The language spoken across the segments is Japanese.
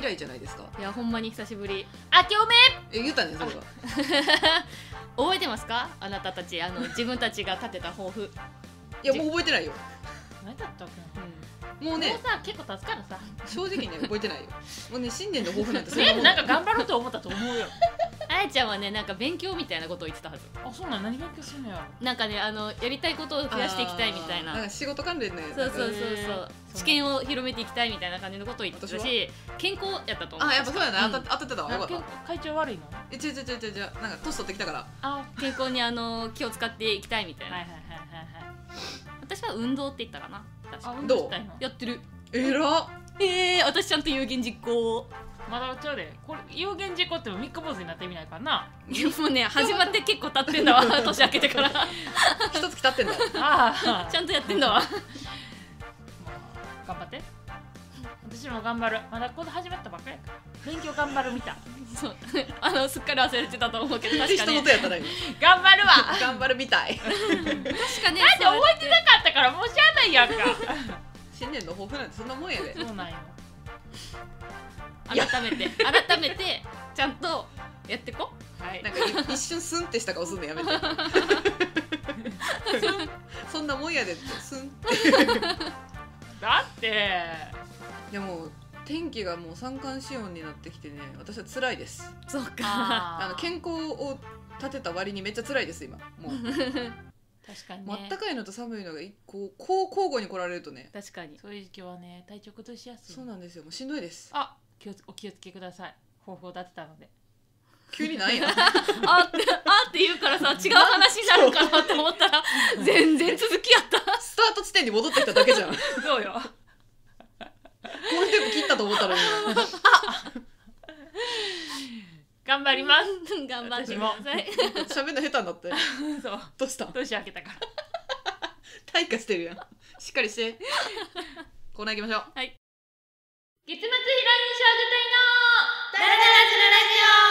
来以じゃないですかいやほんまに久しぶりあけおめえ言ったねそれは覚えてますかあなたたちあの自分たちが立てた抱負いやもう覚えてないよ、何だったっけなうんもうねもうさ結構経つからさ正直ね覚えてないよもうね新年の抱負なんてとそりあえずもなんか頑張ろうと思ったと思うよ あやちゃんはねなんか勉強みたいなことを言ってたはずあそうなん何勉強するのやなんかねあのやりたいことを増やしていきたいみたいあーんなか仕事関連ねそうそうそうへそうー知見を広めていきたいみたいな感じのことを言ってたし健康やったと思うあやっぱそうやな、うん当た当たってたわよかなった会長悪いのえ違う違う違う違うなんか年取ってきたからあ健康にあの気を使っていきたいみたはいいな、はいはいはいはい私は運動って言ったかな確あか運動したいのやってるえらっえー、私ちゃんと有言実行まだちょうでこれ有言実行っても三日坊主になってみないから ないやもうね始まって結構経ってんだわ 年明けてから一月経ってんだああちゃんとやってんだわ頑張って私も頑張るまだこの始まったばっかりやから勉強頑張るみたい そう あのすっかり忘れてたと思うけど確人かのね手やった ら今頑張るわだ頑張るみたい確かねって覚えてなかったからもうしゃあないやんか 新年の抱負なんてそんなもんやでそうなんよそうやって改めて改めてちゃんとやってこはいなんか一瞬スンってした顔すんの やめてそんなもんやでってスンってだっていやもう天気がもう三寒四温になってきてね私は辛いですそうか あの健康を立てた割にめっちゃ辛いです今 もう確かにあっねたかいのと寒いのが一個こう交互に来られるとね確かにそういう時期はね体調崩しやすいそうなんですよもうしんどいですあ気をつお気をつけください方法立てたので急になんや あってあって言うからさ違う話になるかなと思ったら全然続きやったスタート地点に戻ってきただけじ ゃんゴそうよールテープ切ったと思 ったのに頑張 ります頑張って私くもださい喋んの下手になってそうどうしたん年明けたから退化してるやんしっかりしてコーナー行きましょう月末ヒロイン少女隊のダラダラ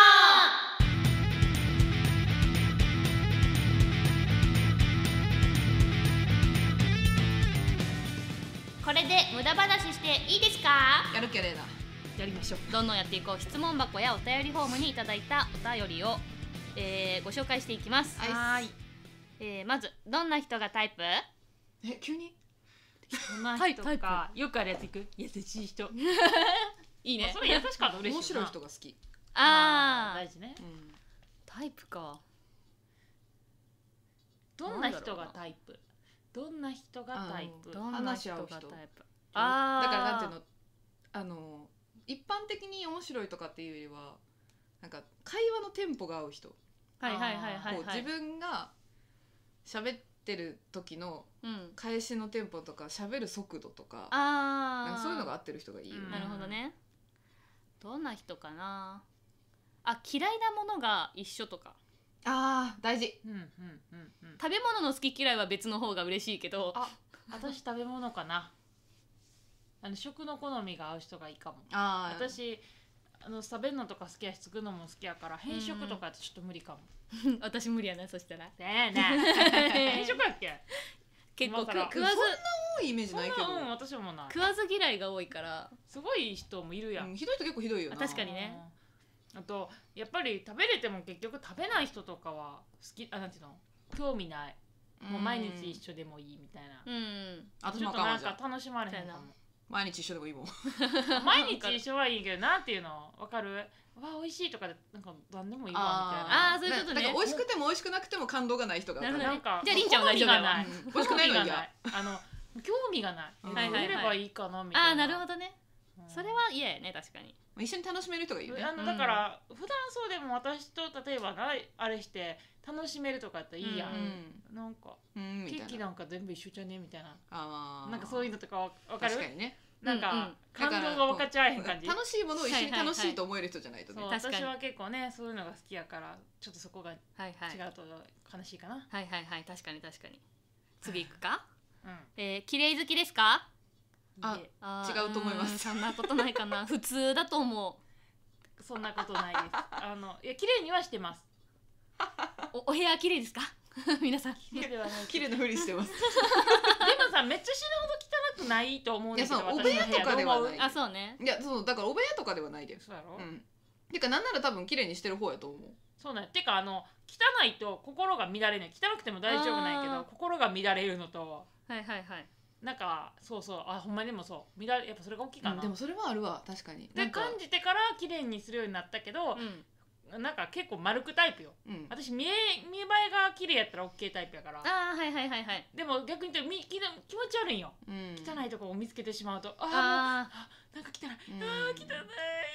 これで無駄話していいですかやる気やねえなやりましょうどんどんやっていこう質問箱やお便りフォームにいただいたお便りを、えーご紹介していきます、はーいえーまずどんな人がタイプえ急にそんなタイ人タイプかよくあるやついく優しい人いいあそれ優しかったら嬉面しいな白い人が好き、あー大事ねうん、タイプかどんな人がタイプどんな人がタイプあどんな話し人合うがタ人イプあーだからなんていうのあの一般的に面白いとかっていうよりはなんか会話のテンポが合う人、はいはいはいはいこうはい自分が喋ってる時のうん返しのテンポとか喋る速度とかなんあかあそういうのが合ってる人がいいようんなね、るほどねどんな人かなあ嫌いなものが一緒とかあー大事うんうんうんうん食べ物の好き嫌いは別の方が嬉しいけどあ私食べ物かなあの食の好みが合う人がいいかもあー私あの食べるのとか好きやし作るのも好きやから変色とかってちょっと無理かも私無理やなそしたら ねえねえ変色やっけ結構食今更食わず多いイメージそんなないけど、うん私もない食わず嫌いが多いからすごい人もいるやん、うんひどい人結構ひどいよなあ確かにねあとやっぱり食べれても結局食べない人とかは好きあなんていうの興味ないもう毎日緒一緒でもいいみたいな、うんあちとまょっあとかんなわんじゃかあ楽しまれへんかも毎日一緒でもい いもん毎日一緒はいいけどなんていうのわかるわ美味しいとかでなんか何でもいいあーわそういうことねなんか美味しくても美味しくなくても感動がない人がなるほみたいどねななんかじゃありんちゃんは大丈夫やわうん好みがない美味しくないの興は味がな嫌いあの興味がないうんはいはいはい食べればいいかなみたいなああなるほどねうんそれは嫌やね確かに一緒に楽しめる人がいいよねあのだから、普段そうでも私と例えばなあれして楽しめるとかやったらいいやん、うなんかうん、うん、ケみたーキいななんか全部一緒じゃねみたいなあーなんかそういうのとかわわかる確かにねなんか、うんうん感動が分かっちゃえへん感じ楽しいものを一緒にはいはいはい楽しいと思える人じゃないとね、そう確かに私は結構ねそういうのが好きやからちょっとそこが違はいはいうと悲しいかな、はいはいはい確かに確かに次行くかうんえー、綺麗好きですかあいいえあー違うと思いますんそんなことないか な普通だと思うそんなことないですあのいや綺麗にはしてますおお部屋綺麗ですか 皆さん 綺麗ではないけど綺麗なふりしてますでもさめっちゃ死ぬほど汚くないと思うんだけどいやそう私のお部屋とかでは部屋どう思うないあそうねいやそうだからお部屋とかではないでそうやろ、うんてかなんなら多分綺麗にしてる方やと思うそうなんやてかあの汚いと心が乱れない汚くても大丈夫なんやけあどー心が乱れるのとはいはいはいなんかそうそうあほんまにでもそう乱れやっぱそれが大きいかな、うんでもそれはあるわ確かになでんか感じてから綺麗にするようになったけど、うんなんか結構丸くタイプようん私見え見栄えが綺麗やったら OK タイプやからあーはいはいはいはいでも逆に言うとみ気の気持ち悪いんようん汚いとこを見つけてしまうとああーなんか汚いうんあー汚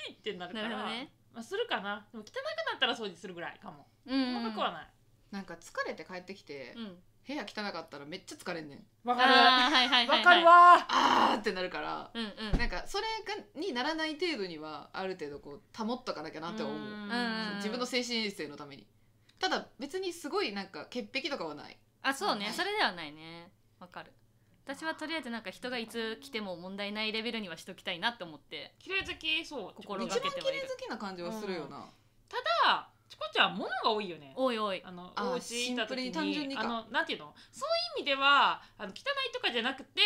いってなあるかなるらほどねまあ、するかなでも汚くなったら掃除するぐらいかもうんうん細かくはないなんか疲れて帰ってきてうん部屋汚かったらめっちゃ疲れんねんわかるあーはいはいはいわかるわあーってなるからうんうんなんかそれがにならない程度にはある程度こう保っとかなきゃなって思ううんうん自分の精神衛生のためにただ別にすごいなんか潔癖とかはないあそうねはいそれではないねわかる私はとりあえずなんか人がいつ来ても問題ないレベルにはしときたいなと思って綺麗好きそう心一が番け綺てはいる麗好きな感じはするよなただチコちゃんは物が多いよねおいおいあのあーお家行ったシンプル時に単純ににかあのなんていうのそういう意味ではあの汚いとかじゃなくて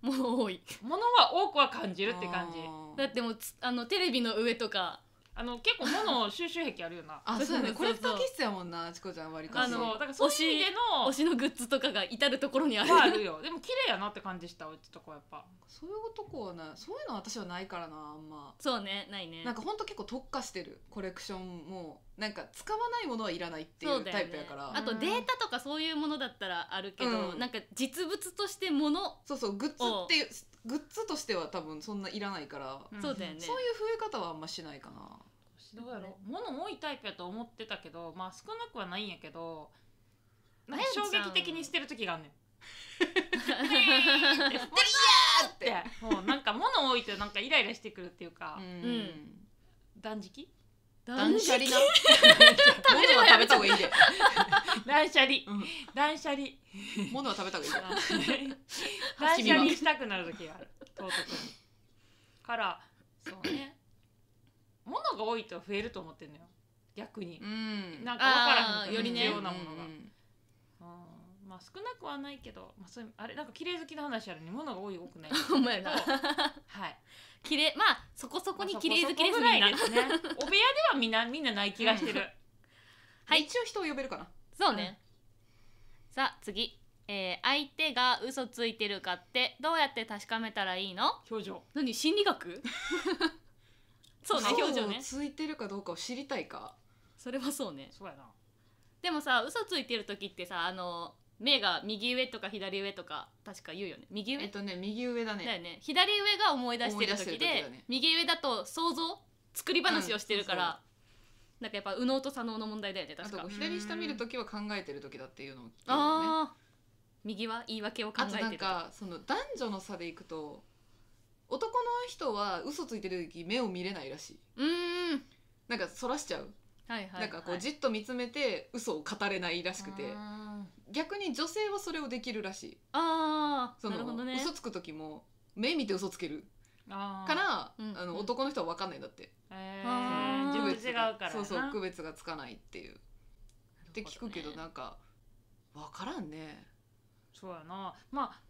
もう多い物は多くは感じるって感じだあーってもうつあのテレビの上とかあの結構物を収集癖あるよなあそうやねそうこそれうそう不気質やもんなチコちゃん割りあかしうのだからそういう意味での推しのグッズとかが至る所にあるはあるよでも綺麗やなって感じしたうちとかはやっぱそういうとこはなそういうのは私はないからなあんまそうねないねなんかほんと結構特化してるコレクションもなんか使わないものはいらないっていそううだタよイねプやからあとデータとかそういうものだったらあるけど、うんなんか実物としてものそうそうグッズっていうグッズとしては多分そんないらないから、そうだよねそう いう増え方はあんましないかなどうやろう物多いタイプやと思ってたけどまあ少なくはないんやけどなんか衝撃的に捨てる時があんねん。って捨てるやーってもうなんか物多いとなんかイライラしてくるっていうか、うん、断食断捨離な 物はは食やめべちゃた方っがいいで、断捨離うん、断 捨離 物は食べた方がいいで断捨離したくなる時がある唐突にからそうね物が多いと増えると思ってんのよ逆に、うんなんかか分からあへーんよりね必要なものが、うんまあ少なくはないけど、まあ、そういうあれなんか綺麗好きな話やのに物が多い多く ないほんまやな はい綺麗まあそこそこに綺麗好きですそこそこぐみらんないですね お部屋ではみんなみんなない気がしてるはい一応人を呼べるかなそうね、さあ次えー相手が嘘ついてるかってどうやって確かめたらいいの表情何心理学 そうね顔を表情ねついてるかどうかを知りたいかそれはそうねそうやなでもさ嘘ついてる時ってさあの目が右上とか左上とか確か言うよね右上えっとね右上だねだよね左上が思い出してる時思い出してる時でだね右上だと想像作り話をしてるから、うんそうなんかやっぱ右脳と左脳の問題だよねあ確とかこう左下見るときは考えてるときだっていうのを聞いてるよねああー右は言い訳を考あえとてるなんかその男女の差でいくと男の人は嘘ついてる時目を見れないらしいとうーんなんかそらしちゃう、はいはい、はい、なんかこうじっと見つめて嘘を語れないらしくて逆に女性はそれをできるらしいああそなるのほどね嘘つく時も目見て嘘つけるあーから、うんあのうん男の人は分かんないんだって、えあーー全区然別違うからがなそうそう区別がつかないっていうって聞くけどなるほねなんか分からんねそうやなまあ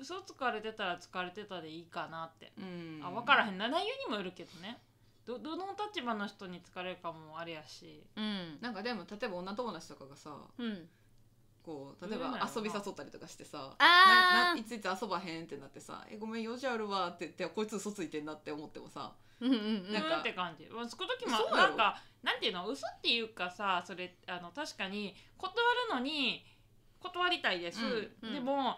嘘つかれてたら疲れてたでいいかなって、うんあ分からんへんな内容にもよるけどねどどの立場の人に疲れるかもあれやしうんなんかでも例えば女友達とかがさうんこう例えどうなんやばろ遊びな誘ったりとかしてさなあないついつ遊ばへんってなってさ「えごめん用事あるわ」って言ってこいつ嘘ついてんなって思ってもさーうんうんななんんかって感じうんそこ時もそうやなろんかなんていうの嘘っていうかさそれあの確かに断るのに断りたいです、うんうんでも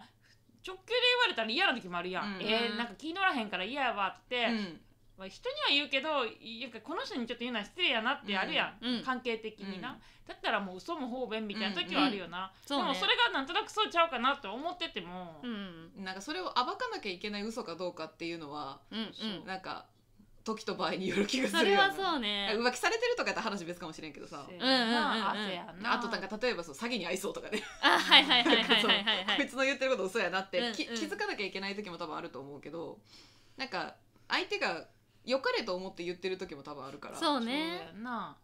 直球で言われたら嫌な時もあるやん、うんえーなんか気に乗らへんから嫌やわって、うんまあ、人には言うけどいなんかこの人にちょっと言うのは失礼やなってあるやん、うんうん関係的にな、うんだったらもう嘘も方便みたいな時はあるよな、そうねでもそれがなんとなくそうちゃうかなと思ってても、うんうんなんかそれを暴かなきゃいけない嘘かどうかっていうのはうんうんそうなんか時と場合による気がすそるれよはなそうね浮気されてるとかやって話別かもしれんけどさせやうんうんうんうんな汗やなあとなんか例えばそう詐欺に合いそうとかねあはいはいはいはいはいはいはこいいつの言ってること嘘やなって、きうんうん気づかなきゃいけない時も多分あると思うけどなんか相手が良かれと思って言ってる時も多分あるからそうそうねやな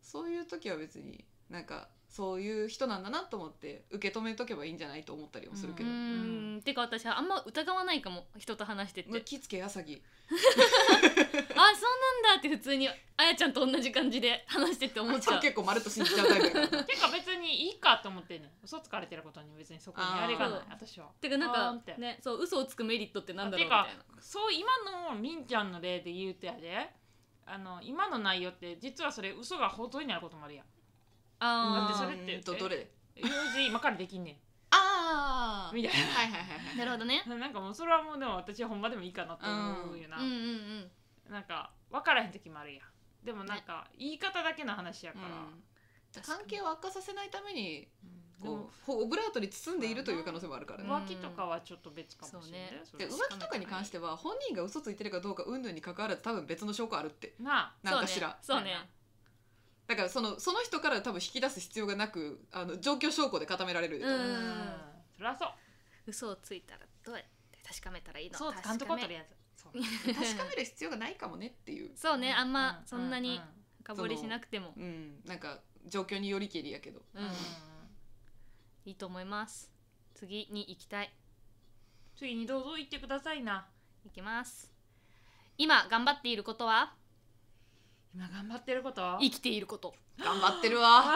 そういう時は別になんかそういう人なんだなと思って受け止めとけばいいんじゃないと思ったりもするけうど、ん、てか私あんま疑わないかも人と話しててあそむきつけやさぎ うなんだって普通にあやちゃんと同じ感じで話してて思っちゃう結構まるっと信じちゃうタイプだからてか別にいいかと思ってんねん嘘つかれてることに別にそこにあれがない私はてかなんあーんっかてねそう嘘をつくメリットってなんだろうみてたいかそう今のみんちゃんの例で言うとやであの今の内容って実はそれ嘘が本当になることもあるやんなだってそ あれってうんとどれ用事今からできんねああんみたいはいはいはいはーいなるほどね ななんかもうそれはもうでも私はほんまでもいいかなと思うような、んうんうんなんか分からへん時もあるやんでもなんか言い方だけの話やから、うん関係を悪化させないためにでもこうオブラートに包んでいるという可能性もあるからね。浮気とかはちょっと別かもしれない、うんそでれ浮はうわ気とかに関しては本人が嘘ついてるかどうか云々に関わらず多分別の証拠あるってなあなんかしら、そうねだからそのその人から多分引き出す必要がなくあの状況証拠で固められるとう思んう、そりゃそう嘘をついたらどうやって確かめたらいいのそう監確督かはとりめあえずそう確かめる必要がないかもねっていう、そうねあんうまうそんなにう深掘りしなくてもうん、なんか状況によりけりやけどううんんうんいいと思います次に行きたい次にどうぞ言ってくださいないきます今頑張っていることは今頑張ってること生きていること頑張ってるわあ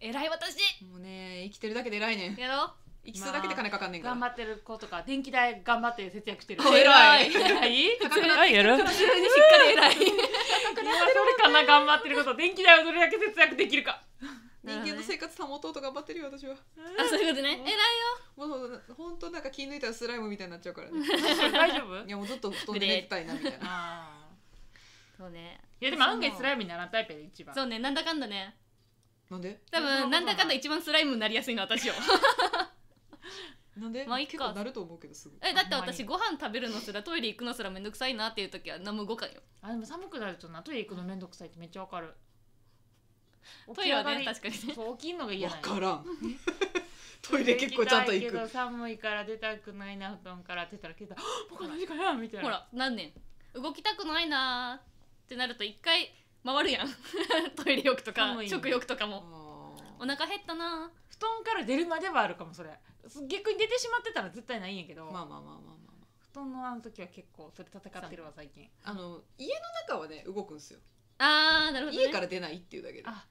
偉い私もうね生きてるだけで偉いねんやろう生きするだけで金かかんねんーから、頑張ってることか電気代頑張って節約してるお偉い偉い偉いやろしっかり偉い今それかな頑張ってること電気代をどれだけ節約できるか人間の生活保とうと頑張ってるよ私はあそういうことね偉いよもう本当なんか気抜いたらスライムみたいになっちゃうからね大丈 夫いやもうずっと布団で寝てたいなみた いなあーそうねいやでも案外スライムにならんタイプやで一番そうねなんだかんだねなんで多そ分んななことないんだかんだ一番スライムになりやすいの私よなんで、まあいいか結構なると思うけどすぐえだってほんまに私ご飯食べるのすらトイレ行くのすらめんどくさいなっていう時は何も動かんよあでも寒くなるとなトイレ行くのめんどくさいってめっちゃわかるトイレは起ねき上がり確かに ねそう起きんのが嫌わなんよからん トイレ結構ちゃんと行きたいくけど寒いから出たくないな布団からって言ったら聞いたら「僕は何時かな?」みたいなほら何年動きたくないなーってなると一回回るやん トイレ欲とか寒い食欲とかもあお腹減ったな布団から出るまではあるかもそれす逆に出てしまってたら絶対ないんやけど、ーまあまあまあまあまあ、ま布団のあの時は結構それ戦ってるわ最近あ、あの家の中はね動くんですよ、ああーなるほど、ね、家から出ないっていうだけであ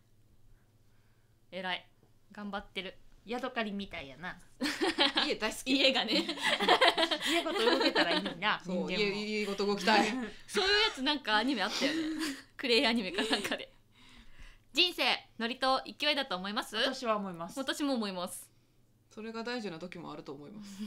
偉い頑張ってるヤドカリみたいやな家大好き家がね家ごと動けたらいいのに なそ人間もう家家ごと動きたいそういうやつなんかアニメあったよねクレイアニメかなんかで人生ノリと勢いだと思います私は思います私も思いますそれが大事な時もあると思います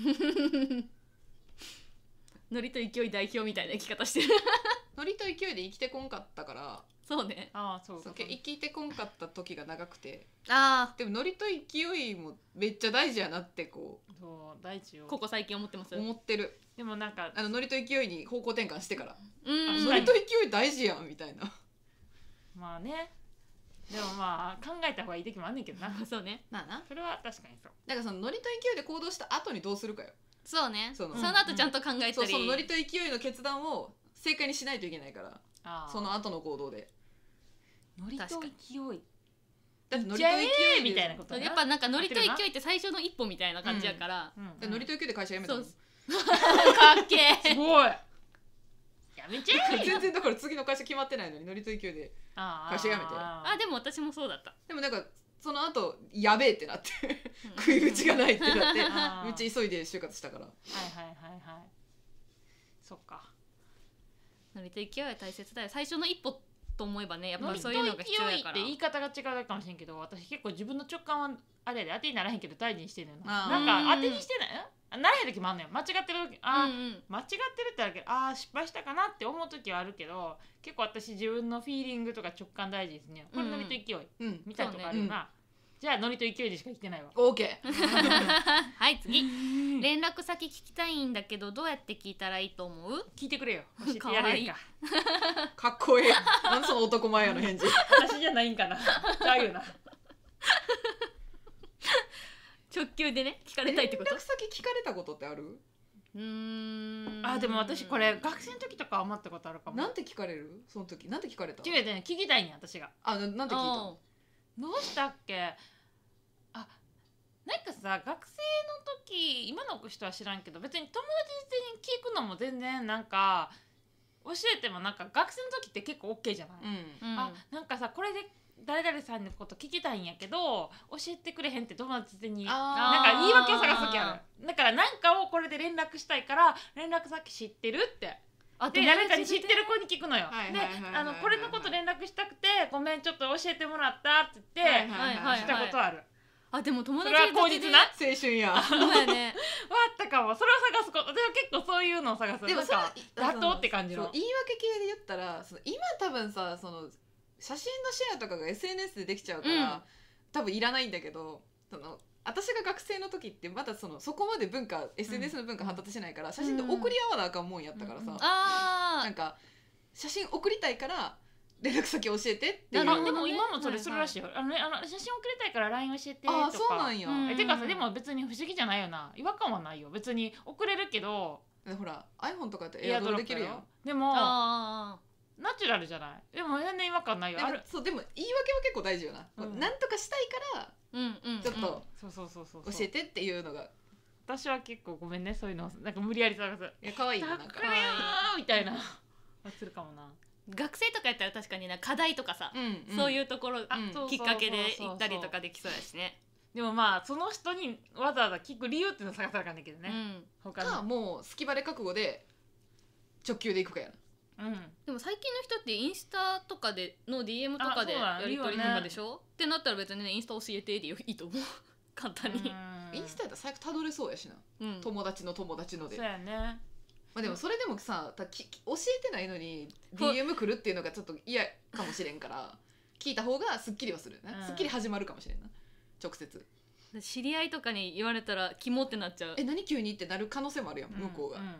ノリと勢い代表みたいな生き方してる ノリと勢いで生きてこんかったからそうねああそうそかう生きてこんかった時が長くてあでもノリと勢いもめっちゃ大事やなってこそう大事あよここ最近思ってますうう思ってるでもなんかあのノリと勢いに方向転換してからあんノそれリと勢い大事やんみたいなまあねでもまあ考えた方がいい時もあんねんけどなそうねまあなそれは確かにそうだからそのノリと勢いで行動した後にどうするかよそうねそそのの後ちゃんと考えたり、そうそのノリと勢いの決断を正解にしないといけないからああその後の行動でノリと確か勢いだってノリとじゃあ勢いでみたいなことそうなやっぱなんかノリと勢いって最初の一歩みたいな感じやから、うんうんでノリと勢いで会社辞めたのそうかっけすえごいやめち ゃえ全然だから次の会社決まってないのにノリと勢いで会会社辞めてああでも私もそうだったでもなんかその後やべえってなってうん食い打ちがないってなってあーうち急いで就活したからはいはいはいはいそっかノリと勢いは大切だよ最初の一歩と思えばねやっノぱリとそう勢いいうっのが必要やてから言い方が違うかもしれんけど私結構自分の直感はあれやで当てにならへんけど大事にしてるのよあなーなんか当てにしてないあならへん時もあんのよ間違ってる時あー、うんうん間違ってるってあるけどあー失敗したかなって思う時はあるけど結構私自分のフィーリングとか直感大事ですねこれうんうノんリと勢いうんみたいなとこあるよな、じゃあノリと勢いでしか生きてないわ OK はい次連絡先聞きたいんだけどどうやって聞いたらいいと思う聞いてくれよ 教えてやれるかかっこいいなんでその男前やの返事私じゃないん かなちゃうよな直球でね聞かれ連たい絡ってこと先聞かれたことってあるうーんあでも私これ学生の時とか余ったことあるかもなんて聞かれるその時なんて聞かれた違う違う聞きたいんや私があななんて聞いたのおどうしたっけあなんかさ学生の時今の人は知らんけど別に友達に聞くのも全然なんか教えてもなんか学生の時って結構 OK じゃない、うんうんあなんかさこれで誰々さんのこと聞きたいんやけど教えてくれへんって友達になんかあー言い訳を探す時あるだから何かをこれで連絡したいから連絡先知ってるってあで誰かに知ってる子に聞くのよはいではいはいはいはいあのこれのこと連絡したくてごめんちょっと教えてもらったって言はいってはいはいしたことあるあでも友そ達れは口実な青春やわそうやね あったかもそれを探すことでも結構そういうのを探すでもなんかは妥当って感じのそう言い訳系で言ったらその今多分さその写真のシェアとかが SNS でできちゃうから、うん多分いらないんだけどその私が学生の時ってまだそのそこまで文化 SNS の文化発達しないから、写真って送り合わなあかんもんやったからさ、うんうんあなーんか写真送りたいから連絡先教えてっていうなるあほでどもね今もそれするらしいよ、あのねあの写真送りたいから LINE 教えてとかああそうなんや、うんえてかさでも別に不思議じゃないよな違和感はないよ別に送れるけどほら iPhone とかってエエアアドドロロッでプきだるよやんでもナあチュラルじゃないでも全然違和感ないよであもるそうでも言い訳は結構大事よな、こううんなんとかしたいからーうんうんうんちょっとそうそうそうそう教えてっていうのが私は結構ごめんねそういうのなんか無理やり探すだいや可愛いよかならんかよーみたいなあするかもな学生とかやったら確かにな課題とかさ、うんそういううところあうんそうそうそうそきっかうけで行ったりとかできそうやしねでもまあその人にわざわざ聞く理由っていうのを探さなきゃいけうどね、ん他かのもう隙バレ覚悟で直球でいくかやなうんでも最近の人ってインスタとかでの DM とかであやそうだねり取りいいよとねかでしょ、ってなったら別にねインスタ教えてでいいと思う簡単に、インスタやったら最悪たどれそうやしなうん友達の友達のそでうやねまあでもそれでもさたきき教えてないのにそう DM 来るっていうのがちょっと嫌かもしれんから聞いた方がすっきりはするよねうんすっきり始まるかもしれんな直接知り合いとかに言われたらキモってなっちゃうえ何急にってなる可能性もあるやん向こうがんん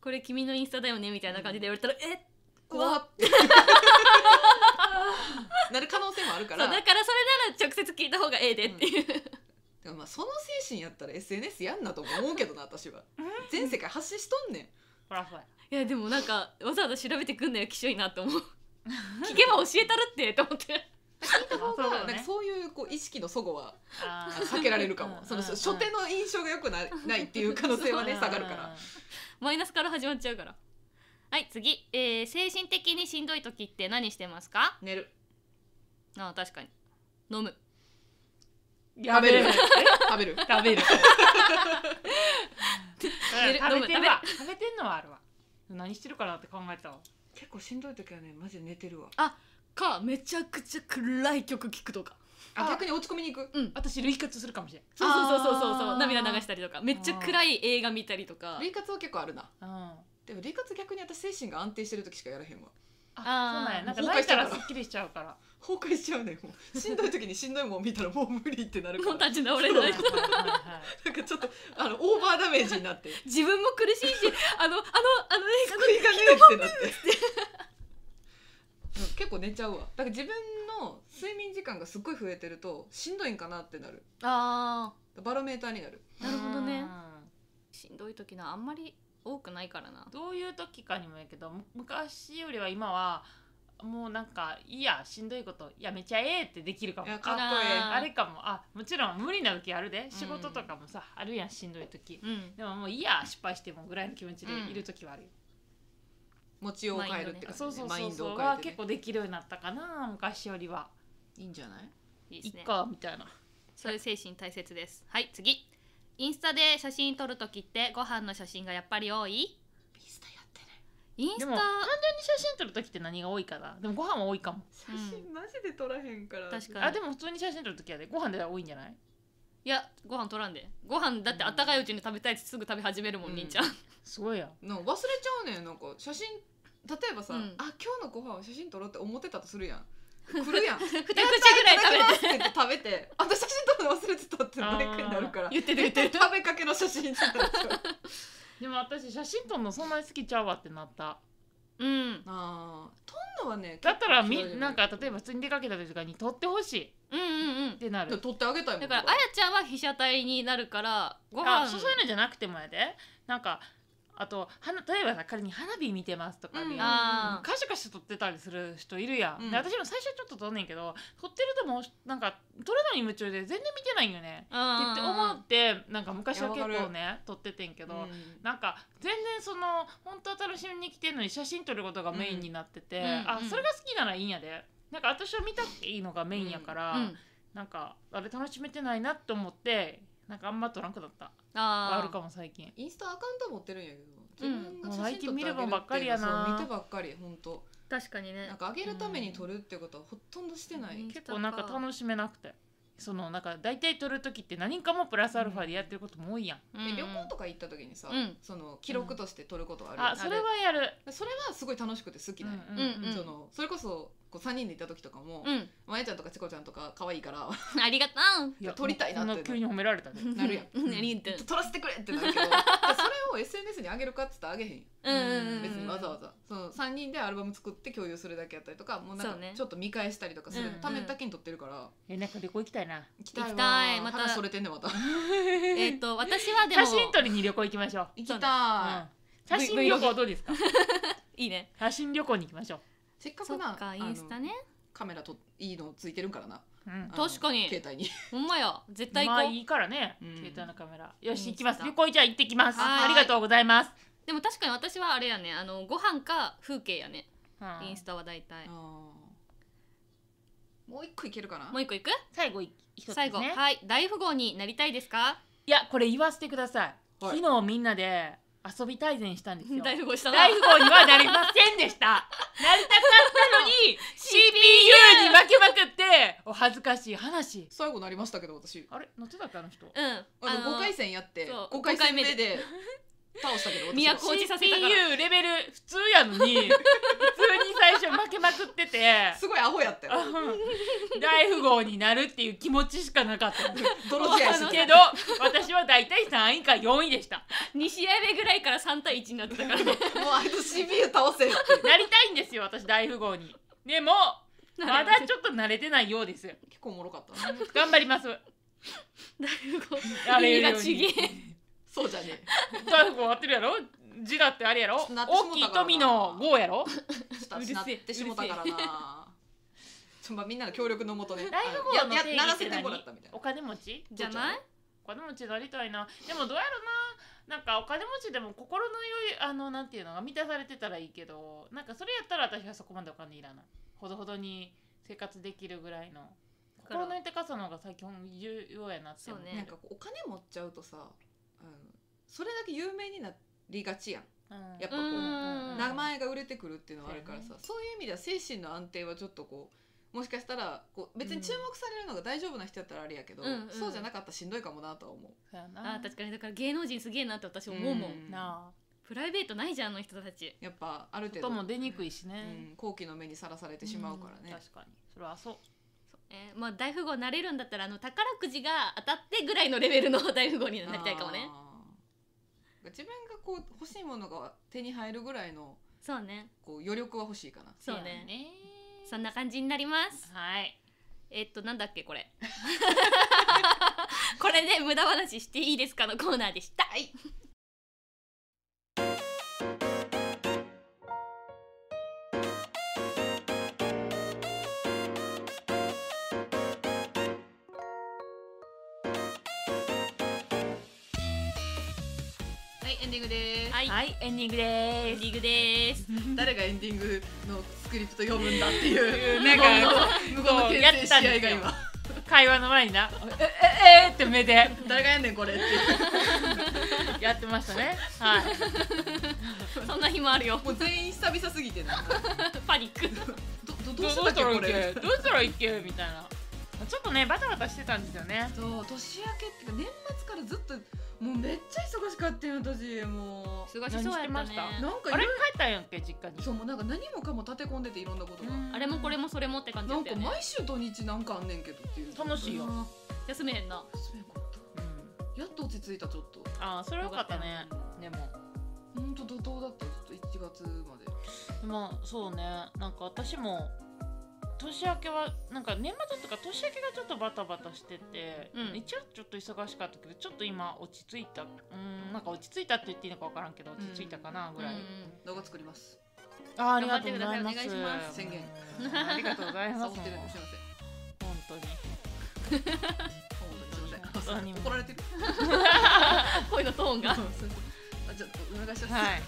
これ君のインスタだよねみたいな感じで言われたら、えううんわってなる可能性もあるかそう らだからそれなら直接聞いた方がええでって いう、でもまあその精神やったら SNS やんなとも思うけどな私は全世界発信しとんねんほらほらいやでもなんかわざわざ調べてくんのよきしょいなと思う 聞けば教えたるってと思って聞いた方あそうだがよねなんかそういうこう意識の齟齬はあー避けられるかもうんそのうんうん初手の印象が良くないないっていう可能性はね下がるからマイナスから始まっちゃうからはい次、えー精神的にしんどい時って何してますか寝るああ確かに飲むやべる食べる食べるべる食べてるわ食べてんのはあるわ何してるかなって考えたわ結構しんどい時はねマジで寝てるわかめちゃくちゃ暗い曲聴くとかああ逆に落ち込みに行くうん私類活するかもしれんそうそうそうそうそうあそうー涙流したりとかめっちゃ暗い映画見たりとか類活は結構あるなあでも類活逆に私精神が安定してる時しかやらへんわそうあーなんやなんか崩泣壊いしちたゃうかららすっきりしち崩壊しゃうからちゃうねんもうしんどい時にしんどいもん見たらもう無理ってなるかもらう立ち直れはいなはいいはいなんかちょっとあのオーバーダメージになって自分も苦しいしあのあのあの映画救いがねえってなって結構寝ちゃうわだから自分の睡眠時間がすっごい増えてるとしんどいんかなってなるあバロメーターになるなるほどねうーんしんどい時なあんまり多くないからなどういう時かにもやけどむ昔よりは今はもうなんかいいやしんどいことやめちゃええってできるかもいやあかっこあえあれかもあもちろん無理な時あるで仕事とかもさ、あるやんしんどい時うんでももういいや失敗してもぐらいの気持ちでいる時はあるよ、持ちようを変えるってそ感うじそねうマイそうンそドうをは変えて結ね構できるようになったかな昔よりはいいんじゃないいいいですっねかみたいなそういう精神大切ですはい次インスタで写真撮る時ってご飯の写真がやっぱり多いインスタやってねインスでタも単純に写真撮る時って何が多いかなでもご飯は多いかも写う真マジで撮らへんから確かにあでも普通に写真撮る時はねご飯で多いんじゃないいやご飯取らんでご飯だってあったかいうちに食べたいしすぐ食べ始めるもん、うん兄ちゃんすごいやんなんか忘れちゃうねんなんか写真例えばさ、うんあ今日のご飯は写真撮ろうって思ってたとするやん来るやん 二口ぐらい食べてべて食べてあ私写真撮るの忘れてたって毎回なるから 言ってる言ってる食べかけの写真になっちゃうでも私写真撮るのそんなに好きちゃうわってなったうん あー撮んのはねだったらみ結構嫌いなんか例えば普通に出かけた時とかに撮ってほしいっうんうんうんてなる撮ってあげたいもんだからあやちゃんは被写体になるからごあ飯そうそういうのじゃなくてもやでなんかあと花例えばさ仮に花火見てますとかで、うんカあーシカシ撮ってたりする人いるやん、うんで私も最初ちょっと撮んねんけど撮ってるともうなんか撮るのに夢中で全然見てないんよね、って思ってなんか昔は結いやわ構かね撮っててんけど、うんなんか全然その本当は楽しみに来てんのに写真撮ることがメインになってて、うんあうんそれが好きならいいんやでなんか私は見たいいのがメインやから、うんなんかあれ楽しめてないなと思ってなんかあんま撮らんくなったああーるかも最近インスタアカウント持ってるんやけどうん自分が写真撮ってあげるっていうもう最近見るもんばっかりやなそう見てばっかり本当確かにねなんかあげるために撮るってことはほとんどしてない、うん結構なんか楽しめなくてそのなんか大体撮る時って何かもプラスアルファでやってることも多いやん、うんうんで旅行とか行った時にさ、うんその記録として撮ることあるやんあそれはやる、でそれはすごい楽しくて好きだよ、うんうんそのそれこそこう3人で行った時とかも、うんまやちゃんとかチコちゃんとか可愛いから ありがといや撮りたいなってこん急に褒められたねうなるやん うんありがとう撮らせてくれってなるけ どでそれを SNS に上げるかっつったら上げへんようんうんうん別にわざわざその3人でアルバム作って共有するだけやったりとかもうなんそかうねちょっと見返したりとかするためだけに撮ってるからえなんか旅行行きたいな行きたいわ行きたいまた話それてんねまたえっと私は でも写真撮りに旅行行きましょう、行きたい、うん、写真旅 Vlog 行どうですかいいね写真旅行に行きましょう。せっかそくっなかあイのンスタねカメラといいのついてるんからなうんあの確かに携帯にほんまや絶対まあ行こういいからね、うん携帯のカメラ。よし、行きインまスす。タ旅行じゃあ行ってきます。はいありがとうございます。でも確かに私はあれやねあのご飯か風景やねインスタ。タは大体あーもう一個いけるかなもう一個いく最後い一つです最ね。後はい大富豪になりたいですかいや、これ言わせてください。はい昨日みんなで遊び大全したんですよ。大富豪したな 大富豪にはなりませんで した。なりたかったのに CPU に負けまくってお恥ずかしい話。最後なりましたけど私あれ乗ってたっけあの人。うんあのの5回戦やってそう5回戦目で倒したけど私は都落ちさせたから CPU レベル普通やのに普通に最初負けまくって てすごいアホやったようん大富豪になるっていう気持ちしかなか ったんで す泥仕合してけど私は大体3位か4位でした2試合目ぐらいから3対1になってたからねもうあいつ CPU 倒せよってなりたいんですよ私大富豪にでもまだちょっと慣れてないようです結構おもろかったね頑張ります大富豪やれる意よ味うがちげにえそうじゃね大富豪合ってるやろ字だってあれやろなってしもうたか大きらない富の豪やろえしたうるせえなってしもたからうるなちょまあみんなの協力のもとね大富豪のや定やな義らってせてもら何ったみたいなお金持ちじゃないお金持ちになりたいなでもどうやろななんかお金持ちでも心の余裕あのなんていうのが満たされてたらいいけどなんかそれやったら私はそこまでお金いらないほどほどに生活できるぐらいのから心の豊かさの方が最近重要やなって思ってそうなんねかこうお金持っちゃうとさあのそれだけ有名になりがちやんうんやっぱこううん名前が売れてくるっていうのはあるからさ、そうそういう意味では精神の安定はちょっとこうもしかしたらこう別に注目されるのが大丈夫な人やったらあれやけど、うんうんそうじゃなかったらしんどいかもなとは思う。そうやなあー確かにだから芸能人すげえなって私思うもん、うんなあプライベートないじゃんあの人たちやっぱある程度、外も出にくいしうね、ん、後期の目にさらされてしまうからんね。確かにそれはそうえーまあ大富豪なれるんだったらあの宝くじが当たってぐらいのレベルの大富豪になりたいかもねあー自分がこう欲しいものが手に入るぐらいのそうねこう余力は欲しいかな。そうねせやねそんな感じになりますはいえっとなんだっけこれこれで無駄話していいですかのコーナーでしたはい。はい、エンディングです。はい、はいエンディングでエーンすディングです 誰がエンディングのスクリプト読むんだっていう なんか無言の無言の牽制試合がやったん今会話の前にな「えええーって目で誰がやんねんこれっていう やってましたね。はい。そんな日もあるよもう全員久々すぎてなパニックどどどどううししたたらっけこいれけ？どうしたらいけ？みたいな。ちょっとねバタバタしてたんですよね。そう年明けっていうか年末からずっともうめっちゃ忙しかったよ私も忙しそうやった何ねしてまうなんかいろあれい帰ったんやんけ実家にろ。そうもうなんか何もかも立て込んでていろんなことが、あれもこれもそれもって感じなだんったかよね毎週土日なんかあんねんけどっていう楽しいよあ休めへんなー休めんかっうん。たやっと落ち着いたちょっとああそれよかったね。でもほんと怒涛だったよずっと1月まででもそうねなんか私も。年明けはなんか年末とか年明けがちょっとバタバタしてて、うん一応ちょっと忙しかったけどちょっと今落ち着いたうんなんか落ち着いたって言っていいのか分からんけど落ち着いたかなぐらい、動画作りますあーありがとうございま頑す張ってくださいお願いします宣言ありがとうございサまボすってるもうすいません本当に本当にすいま本当せにん怒られてる 声 のトーンがそうそうあちょっとお願いします、はい。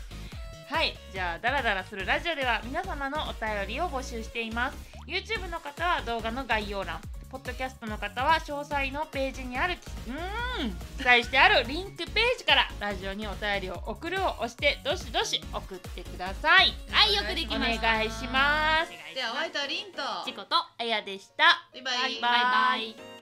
はい、じゃあダラダラするラジオでは皆様のお便りを募集しています。YouTube の方は動画の概要欄、ポッドキャストの方は詳細のページにあるうーん記載してあるリンクページからラジオにお便りを送るを押してどしどし送ってください。はいよくでおきま願しいたします。ではワイタリンとチコとあやでしたバイバイバイバイ